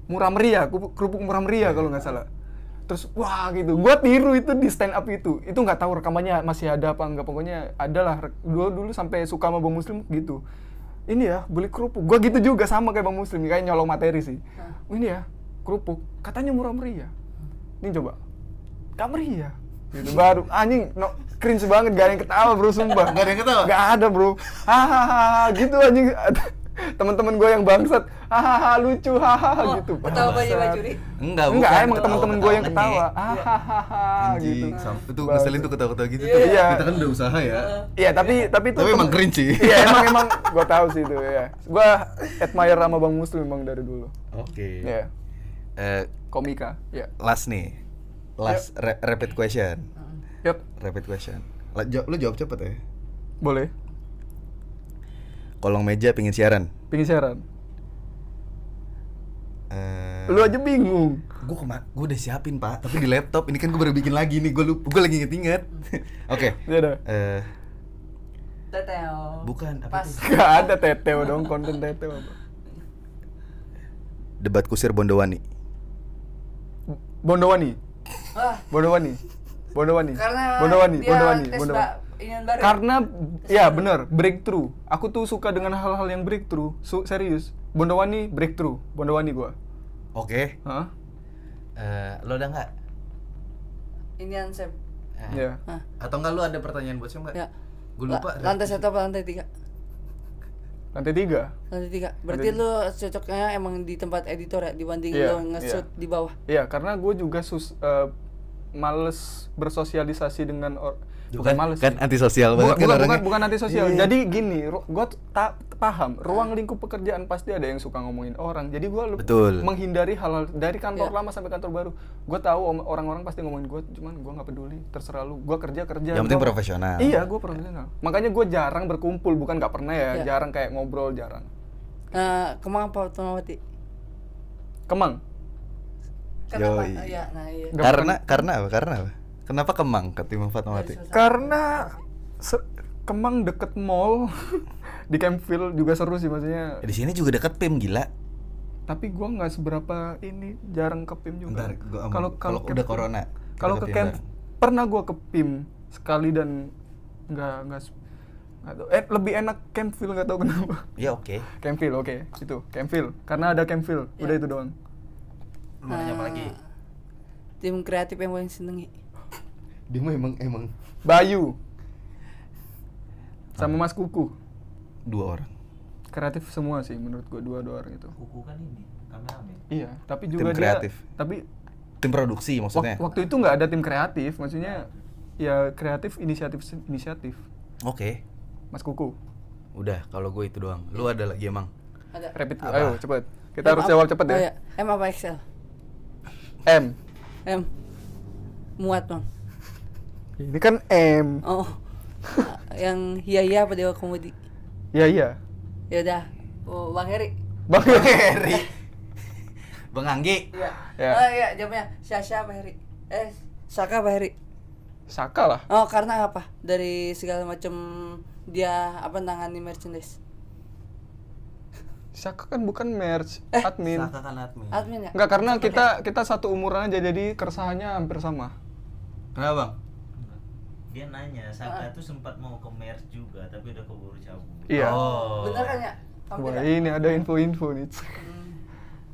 murah meriah, kerupuk kerupuk murah meriah kalau nggak salah. Terus wah gitu, gua tiru itu di stand up itu. Itu nggak tahu rekamannya masih ada apa nggak pokoknya adalah rek- gua dulu sampai suka sama Bang Muslim gitu. Ini ya, beli kerupuk. Gua gitu juga sama kayak Bang Muslim, kayak nyolong materi sih. Ini ya, kerupuk. Katanya murah meriah. Ini coba. Gak
iya.
meriah. Gitu baru anjing no, cringe banget gak ada yang ketawa bro sumpah
Nggak ada yang ketawa?
Gak ada bro. Hahaha gitu anjing. Teman-teman gue yang bangsat. Hahaha lucu. Hahaha
Oh,
gitu.
ketawa banyak
bangsat.
bajuri.
Enggak,
Enggak,
bukan.
emang
Ketawa-
teman-teman gue yang
ketawa
ketawa.
nge.
Hahaha gitu.
Anjing, sam- itu ngeselin tuh ketawa-ketawa gitu tuh.
Iya.
Kita kan udah usaha ya.
Iya, tapi tapi itu
Tapi emang keren sih.
Iya, emang emang gue tahu sih itu ya. Gue admire sama Bang Muslim emang dari dulu.
Oke.
Iya.
Eh,
Komika, ya.
last nih. Last ra- rapid question.
Yap,
Rapid question. La- jawab- Lu jawab cepet ya.
boleh.
Kolong meja pingin siaran.
Pingin siaran.
Eh,
Lu aja bingung.
gue kema gue udah siapin pak tapi di laptop ini kan gue baru bikin lagi nih gue lupa gue lagi inget inget oke
Ya dah.
eh
Teteo.
bukan apa
Pas.
tuh?
Gak ada teteo dong konten teteo apa.
debat kusir Bondowani
Bondowani,
Wah,
Bondowani, Bondowani,
karena
Bondowani,
dia
Bondowani,
tes
Bondowani.
ba- inian baru.
Karena ya bener breakthrough. Aku tuh suka dengan hal-hal yang breakthrough. Su- serius. Bondowani breakthrough. Bondowani gua.
oke
Hah?
Eh, lo ada nggak
inian sep.
Eh,
Ya.
Hah,
atau nggak lo ada pertanyaan buat siapa nggak
ya.
gue lupa
La- lantai satu apa lantai tiga?
Lantai tiga.
Lantai tiga. Berarti lu cocoknya emang di tempat editor ya dibanding
Iya,
lu nge-shoot
iya.
di bawah.
Ya karena gue juga sus eh, males bersosialisasi dengan or bukan males.
kan
sih.
antisosial
Bukan,
banget kan
bukan,
orangnya
bukan, bukan antisosial.
Iya.
Jadi gini, gue paham ruang lingkup pekerjaan pasti ada yang suka ngomongin orang. Jadi gue
Betul.
menghindari hal-hal dari kantor
Iya.
lama sampai kantor baru. Gue tahu om- orang-orang pasti ngomongin gue, cuman gue nggak peduli. Terserah lu. Gue kerja kerja.
Yang penting
Gua-
profesional.
Iya, gue profesional. Makanya gue jarang berkumpul, bukan nggak pernah ya.
Iya.
Jarang kayak ngobrol, jarang.
Nah, kemang apa Fatmawati?
Kemang.
Kenapa?
Yoi.
Oh, Iya, nah iya.
Nggak
karena karena apa karena apa kenapa kemang ketimbang Fatmawati
Karena se- Kemang deket mall di Campfield juga seru sih maksudnya.
di sini juga deket pim gila
Tapi gua nggak seberapa ini jarang ke PIM juga.
Ntar, gua omong.
Kalau kalau
Kalau
ke
udah
PIM-
corona, kita
Kalau
ke
ke
PIM
camp
bareng.
pernah gua ke PIM sekali dan nggak nggak se- nggak tahu. eh lebih enak Campfield nggak tahu kenapa.
ya oke
Campfield oke, itu Campfield karena ada Campfield. Udah itu doang.
lu mau nanya apa lagi
Eh, Tim kreatif yang paling senengi.
dia mah emang emang
Bayu sama Mas Kuku.
dua orang
Kreatif semua sih menurut gua dua-dua orang itu.
Kuku kan ini, kameramen.
Iya, tapi juga dia
kreatif.
tapi
tim produksi
Wak-
maksudnya oke
waktu itu nggak ada tim kreatif, maksudnya ya kreatif inisiatif inisiatif. Mas Kuku,
udah kalau gue itu doang lu ada lagi emang
Ada.
rapid,
Apa?
ayo cepet. Kita
M
harus
apa-
jawab cepet ya.
Oh, iya. M apa Excel?
M.
M. Muat, Bang.
Ini kan M.
Oh. yang Hiya Hiya apa Dewa Komedi?
Ya iya.
Ya udah. Oh, Bang Heri.
Bang
Heri Bang Anggi
Iya.
Ya.
Oh iya, jawabnya Syasha apa Heri? Eh, Saka apa Heri?
Saka lah.
Oh, karena apa? Dari segala macam dia apa nangani merchandise.
Saka kan bukan merch, admin.
Saka kan admin
Admin Eh, ya?
Enggak karena kita kita satu umuran aja jadi keresahannya hampir sama.
kenapa bang
Dia nanya, Saka tuh sempat mau ke merch juga, tapi udah keburu cabut.
Iya.
oh
Bener kan ya? Hampir
Wah,
ya?
ini ada info-info nih.
Hmm.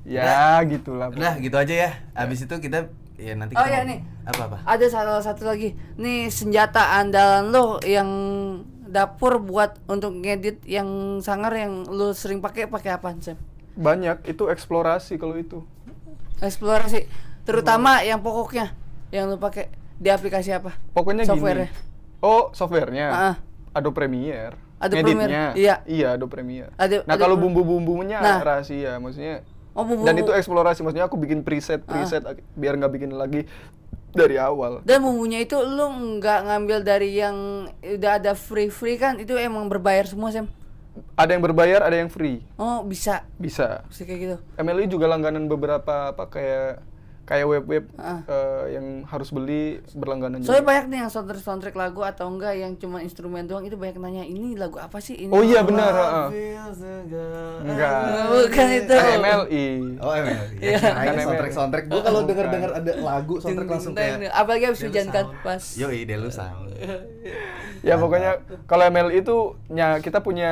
ya, gitulah.
Udah gitu aja ya. Abis itu kita ya nanti
Oh,
kita
iya,
ngom-
nih.
Apa apa?
Ada salah satu lagi. Nih senjata andalan lo yang dapur buat untuk ngedit yang sangar yang lo sering pakai pakai apa, Sam?
Banyak itu eksplorasi kalau itu.
Eksplorasi, terutama yang pokoknya yang lo pakai di aplikasi apa?
Pokoknya
Software-nya.
gini. Oh, softwarenya.
Ah.
Adobe Premiere.
Adobe
Ngeditnya.
Premiere, iya.
Iya, Adobe Premiere.
Ado-
nah,
Adobe
kalau
Premiere.
bumbu-bumbunya
Nah.
rahasia, maksudnya
Oh, bumbu Ah.
dan itu eksplorasi maksudnya aku bikin preset preset biar nggak bikin lagi dari awal
Dan bumbunya itu lu nggak ngambil dari yang udah ada free free kan itu emang berbayar semua Sam.
ada yang berbayar ada yang free
Oh bisa
bisa
bisa kayak gitu.
MLI juga langganan beberapa apa kayak kayak web web
Ah.
yang harus beli berlangganan
Soalnya
juga.
banyak nih yang soundtrack soundtrack lagu atau enggak yang cuma instrumen doang itu banyak nanya ini lagu apa sih ini.
Oh iya benar. heeh. Enggak.
Nah, bukan itu.
Eh, MLI.
Oh ML. Ya, kirain
ML.
soundtrack soundtrack. Gue kalau denger denger ada lagu soundtrack langsung kayak.
apalagi habis hujan kan pas.
Yoi, Delu Sound.
Ya pokoknya kalau MLI itu ya kita punya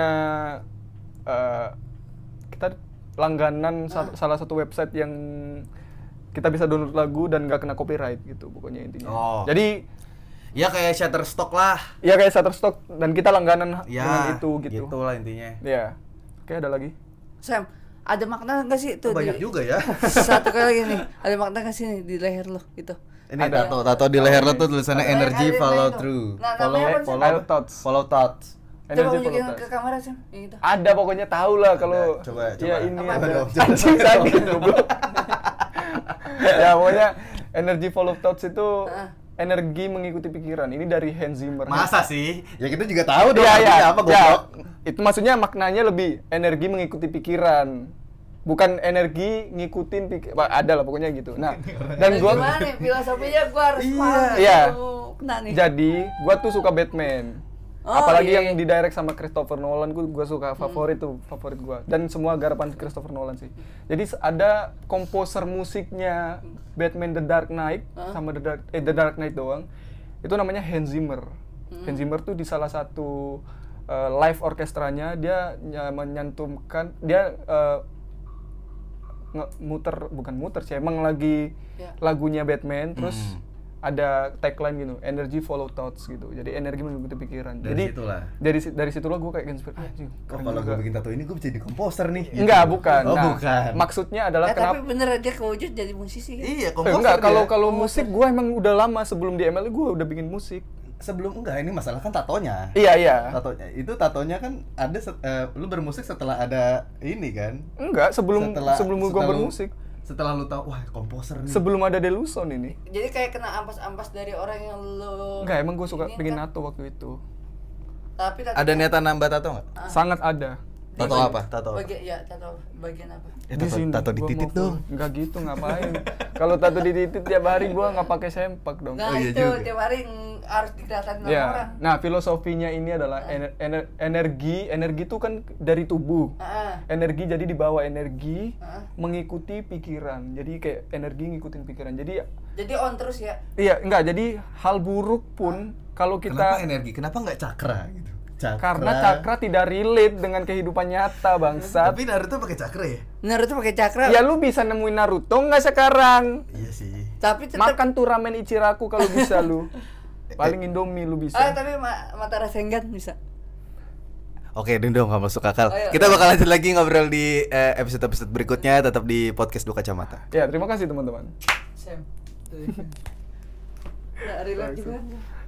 eh, kita langganan sa-
Ah.
salah satu website yang kita bisa download lagu dan nggak kena copyright gitu pokoknya intinya.
Oh.
Jadi
Ya kayak Shutterstock lah.
ya kayak Shutterstock dan kita langganan dengan
Ya.
itu gitu.
Gitulah intinya.
Ya. Oke ada lagi.
Sam ada makna nggak sih
Oh,
tuh?
banyak
di-
juga ya.
Satu kali lagi nih ada makna nggak sih nih di leher lo gitu.
Ini tato tato di leher lo tuh tulisannya energy
ada yang
follow
lain tuh.
through.
Nah,
Follow
namanya apa sih?
follow
Follow thoughts.
Follow thoughts.
Coba
Energy
tunjukin
Pollutant.
ke kamera Sam yang itu.
Ada pokoknya tahu lah kalau
Ada, coba,
ya
coba.
ini
Apa?
ada.
Coba dong,
Anjing
coba.
sakit goblok. ya pokoknya energy full of thoughts itu energi mengikuti pikiran. Ini dari Hans Zimmer.
Masa sih? Ya kita juga tahu dong
Iya, iya.
artinya apa
Ya,
goblok.
Itu maksudnya maknanya lebih energi mengikuti pikiran. Bukan energi ngikutin pik- Wah, ada lah pokoknya gitu. Nah, dan
Aduh,
gua
gimana nih filosofinya gua harus
Iya.
paham
Iya.
Aduh, kena nih.
Jadi, gua tuh suka Batman.
Oh,
Apalagi
iya. Hmm.
yang didirect sama Christopher Nolan, gua, gua suka favorit tuh, favorit gua. Dan semua garapan Christopher Nolan sih. Jadi s- ada komposer musiknya Batman The Dark Knight sama The Dark eh The Dark Knight doang. Itu namanya Hans Zimmer.
Hmm.
Hans Zimmer tuh di salah satu eh, live orkestranya dia ny- menyantumkan dia eh, nge- muter bukan muter sih emang lagi
Ya.
lagunya Batman terus
Hmm.
ada tagline gitu energy follow thoughts gitu jadi energi mengikuti pikiran
Dari
jadi
situlah.
dari si- dari situlah gue kayak "Ah, inspirasi
Oh, kalau gue bikin tato ini gue jadi komposer nih. gitu.
enggak bukan
Oh,
Nah,
bukan.
maksudnya adalah
Eh, tapi
kenapa
beneran dia kewujud jadi musisi kan?
Iya,
Eh,
komposer.
enggak kalau
dia.
kalau musik gue emang udah lama sebelum di ML gue udah bikin musik
sebelum enggak ini masalah kan tatonya.
iya iya
Tatonya itu tatonya kan ada set- eh, lu bermusik setelah ada ini kan.
enggak sebelum sebelum gue
setelah lu-
bermusik
Setelah lu tahu wah komposer nih.
sebelum ada Deluson ini
Jadi kayak kena ampas-ampas dari orang yang lo
enggak emang gue suka
Ini
bikin
kan-
nato waktu itu
Tapi tadi
ada niatan nambah tato enggak?
Ah.
sangat ada
Tato apa? Tato. apa?
bagian ya tato bagian apa?
Eh, tato, tato di
gua
titik
mau
dong.
full. Enggak gitu ngapain. Kalau tato di titik tiap hari gua nggak pakai sempak dong.
Oh,
Nah,
iya
itu
juga.
tiap hari ng- harus dikelihatin sama
Ya.
orang.
Nah, filosofinya ini adalah ener- ener- energi, energi itu kan dari tubuh.
Heeh.
Energi jadi dibawa energi
Ah.
mengikuti pikiran. Jadi kayak energi ngikutin pikiran. Jadi
Jadi on terus ya.
iya, enggak jadi hal buruk pun kalau
Kenapa
kita
energi? Kenapa enggak cakra gitu? Cakra.
karena cakra tidak relate dengan kehidupan nyata, bangsat.
Tapi Naruto pakai cakra ya?
Naruto pakai cakra.
Ya lu bisa nemuin Naruto nggak sekarang?
Iya sih.
Tapi tetap
Makan tuh ramen Ichiraku kalau bisa lu. Paling Indomie lu bisa.
ah tapi ma Matara Sengan bisa.
Oke, Dindo nggak masuk akal.
Ayo.
Kita bakal lanjut lagi ngobrol di eh, episode-episode berikutnya tetap di podcast Dua Kacamata.
Ya, terima kasih teman-teman.
Sam. Nggak relate juga.